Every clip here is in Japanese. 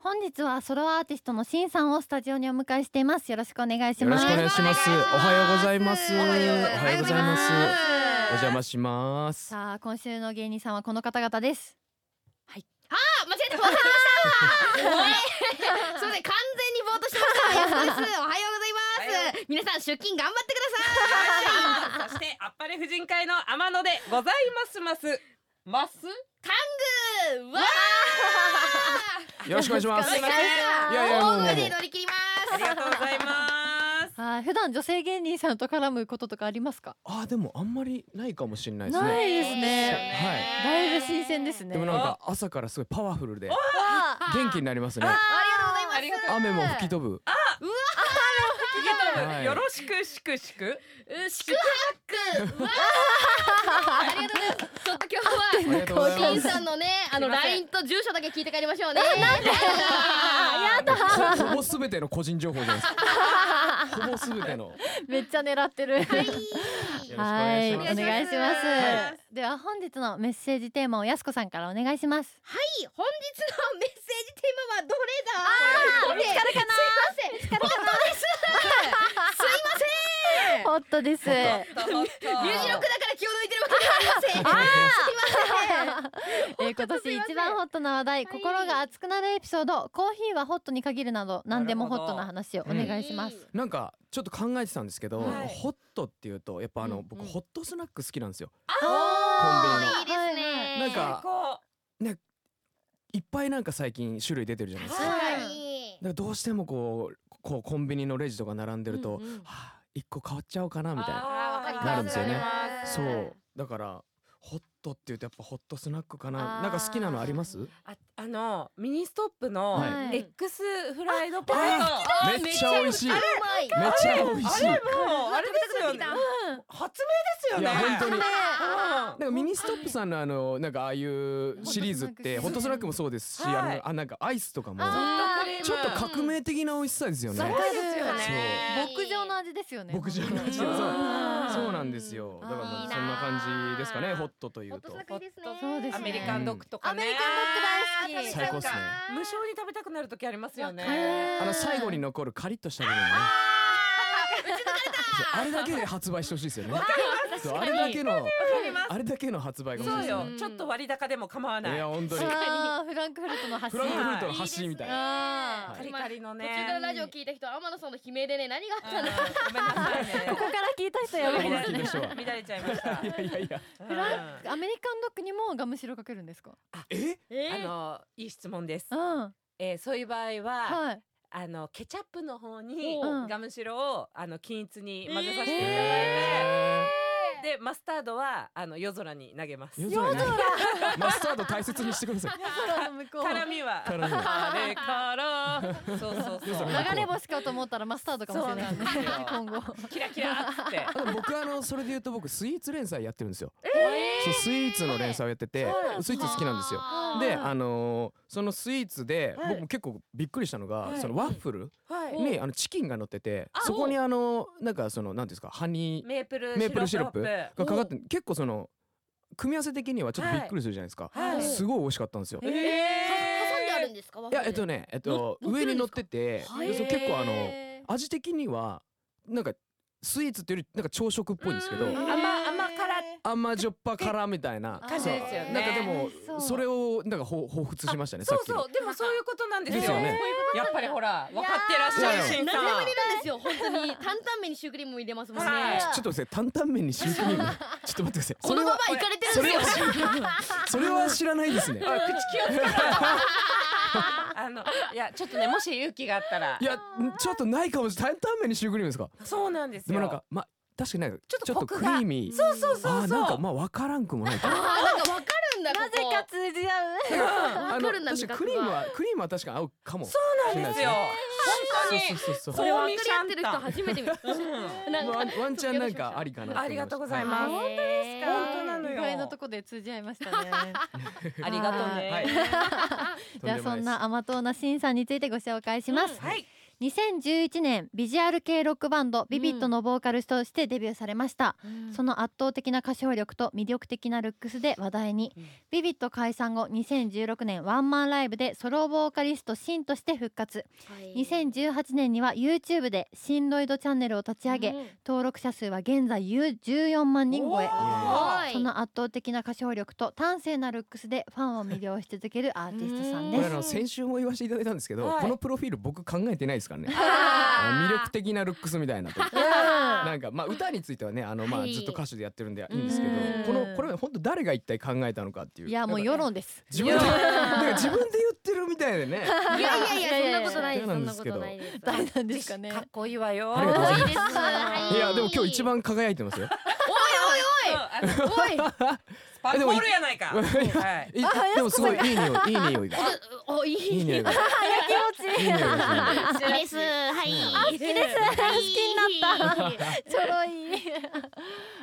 本日はソロアーティストのしんさんをスタジオにお迎えしていますよろしくお願いしよろましすくお願いします。おはようございます。おおははよよううごござざいいまますす。お邪魔します。さあ今週の芸人さんはこの方々ですあ間違えてました。すみません完全にぼーっとしてました。安田です。おはようございます。皆さん出勤頑張ってください。 そしてあっぱれ婦人会の天野でございますます。ます。わよろしくお願いします。よろしくお願いしいやいやあ。もう大声で乗り切りまあすり。がとうございます。はい普段女性芸人さんと絡むこととかありますかあでもあんまりないかもしれないですなね。いですねはだいぶ新鮮ですねでもなんか朝からすごいパワフルでわあ元気になりますね。ありがとうございます。雨も吹き飛ぶ。受け止はめいよろしくしくしく。う宿泊。わあ。ありがとうございます。ちょっと今あ日りは。がとうございましんす。さんのね、あのすいません LINE と住所だけ聞いて帰りまし ょうね。なんであほほぼすべての個人情報じゃないですか。ほぼすべての。よろめっちゃ狙ってるしくおは願いいしおま願いすし。お願まいすしますはでは本日のメッセージテーマをやすこさんからお願いしますはい、本日のメッセージテーマはどれだ。ああ、見つかるかな。すいません、見つかるかな。です。ホットですえミュージロックだから気を抜いてるわけではありません。ー今年一番ホットな話題はい心が熱くなるエピソードコーヒーはホットに限るなど何でもホットな話をお願いしますなんかちょっと考えてたんですけど、はいホットっていうとやっぱあの、うん僕ホットスナック好きなんですよ。ああいいですね。なんかこいっぱいなんか最近種類出てるじゃないですか。確かにだ。からどうしてもこうこうコンビニのレジとか並んでると、うんうんはあ一個変わっちゃおうかなうみたいなあーわかりますなるんですよねーそうだからホットっていうとやっぱホットスナックかなあーなんか好きなのありますああのミニストップのはい X フライドポテあト。ーめっちゃ美味しいめっうまい。ちゃ美味しいあれもうあれですよね。発明ですよいね。や本当にうんなんかミニストップさんのあのなんかああいうシリーズってホホッットトススナナッッククもそうですし、はいあのあなんかアイスとかもソあフトクリームちょっと革命的な美味しさですよね、すごいですよね。牧場の味ですよね牧場の味そううんそうなんですよだからまいいあなーそんな感じですかねホットといホッうトとスナックいいですね。そうですねアメリカンドッグとかね。アメリカンドッグ大好き最高っすね無償に食べたくなる時ありますよね。あの最後に残るカリッとした部分ねそうあれだけで発売してほしいですよねそうあれだけのわかりますあれだけの発売が欲しいでそうすよね。ちょっと割高でも構わいないや。本当にあーフランクフルトの橋フランクフルトのはい橋みたいな。あーはいカリカリの途ね。中からラジオ聞いた人、天野さんの悲鳴でね、何があったんだ。うんごめんなさいねここから聞いた人やばいここでからす聞いたね人は乱れちゃい ましたい。やいやいや。うんあアメリカンドッグにもガムシロかけるんですかえ？えーのいい質問ですう。んえーそういう場合ははいあのケチャップの方にうんガムシロをあの均一に混ぜさせていただいて、でマスタードはあの夜空に投げます。夜空にマスタード大切にしてください。空の向こう辛みは辛みはあれからそうそう夜空そうに。流れ星かと思ったらマスタードかもしれないですそうねなんですよ今後キラキラっつって。あでも僕あのそれで言うと僕スイーツ連載やってるんですよ。そうスイーツの連載をやっててスイーツ好きなんですよ。あーであのーそのスイーツではい僕も結構びっくりしたのがはいそのワッフルはいにあのチキンが乗っててあそこにあのなんかそのなんていうんですかハニーメープルメープルシロッシプロッがかかって結構その組み合わせ的にはちょっとびっくりするじゃないですか、はいはいすごい美味しかったんですよ、プ。え挟んであるえんですか。いやえっとねえっとの乗って上るにんで乗っすかてて、へーそう結構あの味的にはなんかスイーツっていうよりなんか朝食っぽいんですけどうん甘甘辛甘じょっぱ辛みたいな感じですよねなんかでそもうそれをなんかほう彷彿しましたねさそっうきのそうでもそういうことなんですよですよねやっぱりほら分かってらっしゃるしん何さでもん入れるんですよ、本当に。担々麺にシュークリームも入れますもんね。はいちょっとですね担々麺にシュークリー ムちょっと待ってくださいこそのれまはま行かれてるんですよ。 それは知らないですねあ口気をつけてあのいやちょっとねもし勇気があったらいやんちょっとないかもしれない担々麺にシュークリームですかそうなんですでよもなんかま確かになんかちょっとちょっとコククリがーミーそうそうそうあーなんそかうまあ分からんくもない かあ、なんかわかるんだ。なぜここか通じ合うわあかのるんだ味確かにクリー覚ムが。はクリームは確かに合うかもそうなんですよ本当にそうそうそこうれ分かり合ってる人初めて見た。な んそうかワンワンチャンなんかありかな思ましたありがとうございますは本当ですか本当なのよ意外なとこで通じ合いましたねありがとうはいねいとじゃあでそもいんですな甘党なしんさんについてご紹介しますはい2011年ビジュアル系ロックバンドビビットのボーカルとしてデビューされました、その圧倒的な歌唱力と魅力的なルックスで話題に、うんビビット解散後2016年ワンマンライブでソロボーカリストシンとして復活2018年には YouTube でシンロイドチャンネルを立ち上げ、登録者数は現在14万人超えはいその圧倒的な歌唱力と端正なルックスでファンを魅了し続けるアーティストさんこでれあす。の先週も言わせていただいたんですけど、はいこのプロフィール僕考えてないですからねあのあー魅力的なルックスみたいなとななんかまあ歌についてはねあのまあはいずっと歌手でやってるんでいいんですけど、うんこのこれ本当誰が一体考えたのかっていういやもう世論です。自分でなんか自分で言ってるみたいでね いやいやいやそんなことないでいすやいそやんなことないです誰なんですかね。かっこいいわよありがとうございまいいですはいいやでも今日一番輝いてますようんあのおいスパンコールやないかはいいでもすごいいい匂いいい匂いがおいいい匂いが気持ちいいいい。匂いがする好きですはい好きです好きになったちょろい。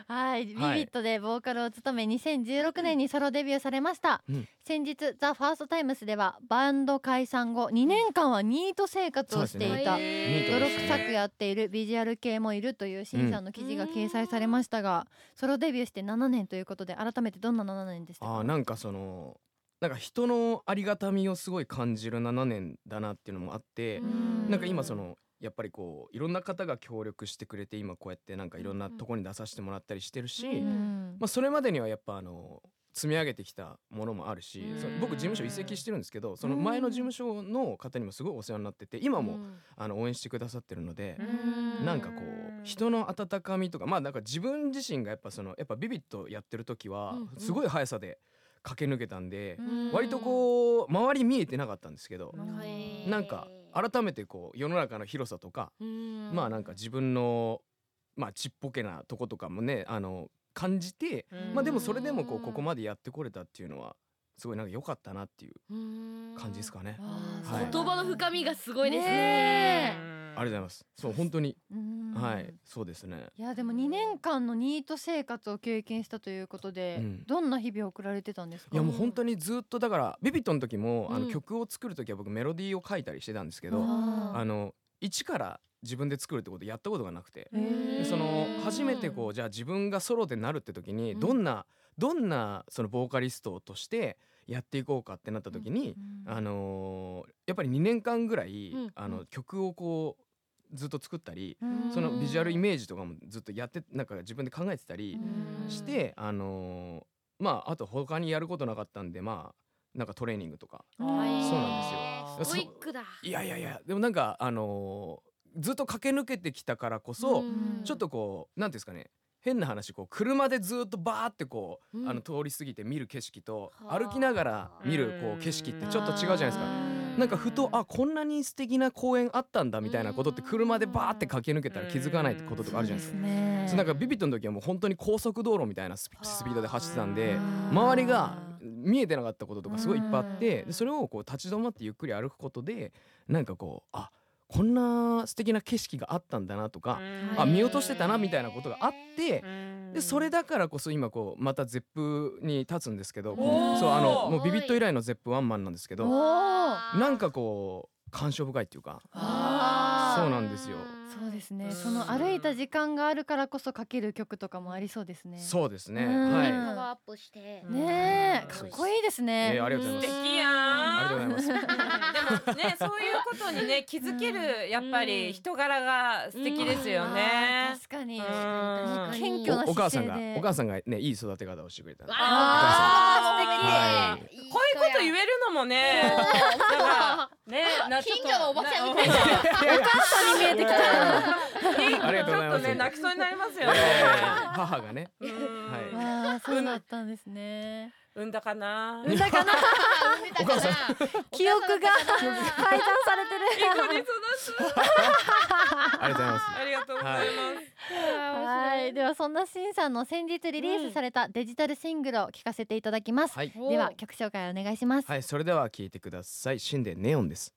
はい、ビビットでボーカルを務め2016年にソロデビューされました、うん先日「ザ・ファーストタイムスではバンド解散後2年間はニート生活をしていた、そうですニねート 泥ですね臭くやっているビジュアル系もいるという新さんの記事が掲載されましたが、ソロデビューして7年ということで改めてどんな7年でしたあーかなんかそのなんか人のありがたみをすごい感じる7年だなっていうのもあって、うんなんか今そのやっぱりこういろんな方が協力してくれて今こうやってなんかいろんなとこに出させてもらったりしてるし、うんうんまあ、それまでにはやっぱあの積み上げてきたものもあるし、うんその僕事務所移籍してるんですけどその前の事務所の方にもすごいお世話になってて今もあの応援してくださってるので。うんなんかこう人の温かみとかまあなんか自分自身がやっぱそのやっぱビビッとやってる時はうんうんすごい速さで駆け抜けたんで、うん割とこう周り見えてなかったんですけど、うんなんか改めてこう世の中の広さとか、まあなんか自分のまあちっぽけなとことかもねあの感じて、まあでもそれでもこうここまでやってこれたっていうのはすごいなんか良かったなっていう感じですかね。あはいー言葉の深みがすごいですねねありがとうございます。そう本当に、うんはいそうですね。いやでも2年間のニート生活を経験したということで、うんどんな日々を送られてたんですかいやもう本当にずっとだからビビットの時もあうのん曲を作る時は僕メロディーを書いたりしてたんですけど、うんあの一から自分で作るってことやったことがなくて、へーでその初めてこううじゃあ自分がソロでなるって時にうんどんな、どんなそのボーカリストとしてやっていこうかってなった時に、んあのーやっぱり2年間ぐらい、うんあの曲をこうずっと作ったり、うんそのビジュアルイメージとかもずっとやってなんか自分で考えてたりうんして、あのーまああと他にやることなかったんでまあなんかトレーニングとかうんそうなんですストイックだいやいやいやでもなんかあのーずっと駆け抜けてきたからこそ、うんちょっとこうなんていうんですかね変な話こう車でずっとバーってこう、うんあの通り過ぎて見る景色とはあ歩きながら見るこう景色ってちょっと違うじゃないですか。あーなんかふとあこんなに素敵な公園あったんだみたいなことって車でバーって駆け抜けたら気づかないこととかあるじゃないですか。ねそうなんかビビットの時はもう本当に高速道路みたいなスピスピードで走ってたんではあ周りが見えてなかったこととかすごいいっぱいあっうてんでそれをこう立ち止まってゆっくり歩くことでなんかこうあこんな素敵な景色があったんだなとかうんあ見落としてたなみたいなことがあってでそれだだからこそ今こうまたゼップに立つんですけどおーそうあのもうビビット以来のゼップワンマンなんですけおどなんかこう感傷深いっていうかあーそうなんですよそうですねうんその歩いた時間があるからこそ書ける曲とかもありそうですねそうですねうんはい。パワーアップしてうねえうんかっこいいですね、えーありがとうござい素ます。敵やありがとうござい んます。で もねそういうことにね気づけるやっぱり人柄が素敵ですよあーね確かにうん謙虚なおお母さんが姿勢でお母さんがねいい育て方をしてくれた。あー素敵こういうこと言えるのもねなんかねなちょっ近と所のおばちゃんみたいなに見えてきたありがとうございちょまっとす。ね泣きそうになりますえよねー母がね。うんはいわあそうだったんです ね産んだ かなうんだかな お母さん 記憶 が 改ざんされてるありがとうございます。ありがとうございますはい、ではそんなしんさんの先日リリースされたデジタルシングルを聞かせていただきます。はいでは曲紹介お願いします。はいそれでは聞いてください。シンでネオンです。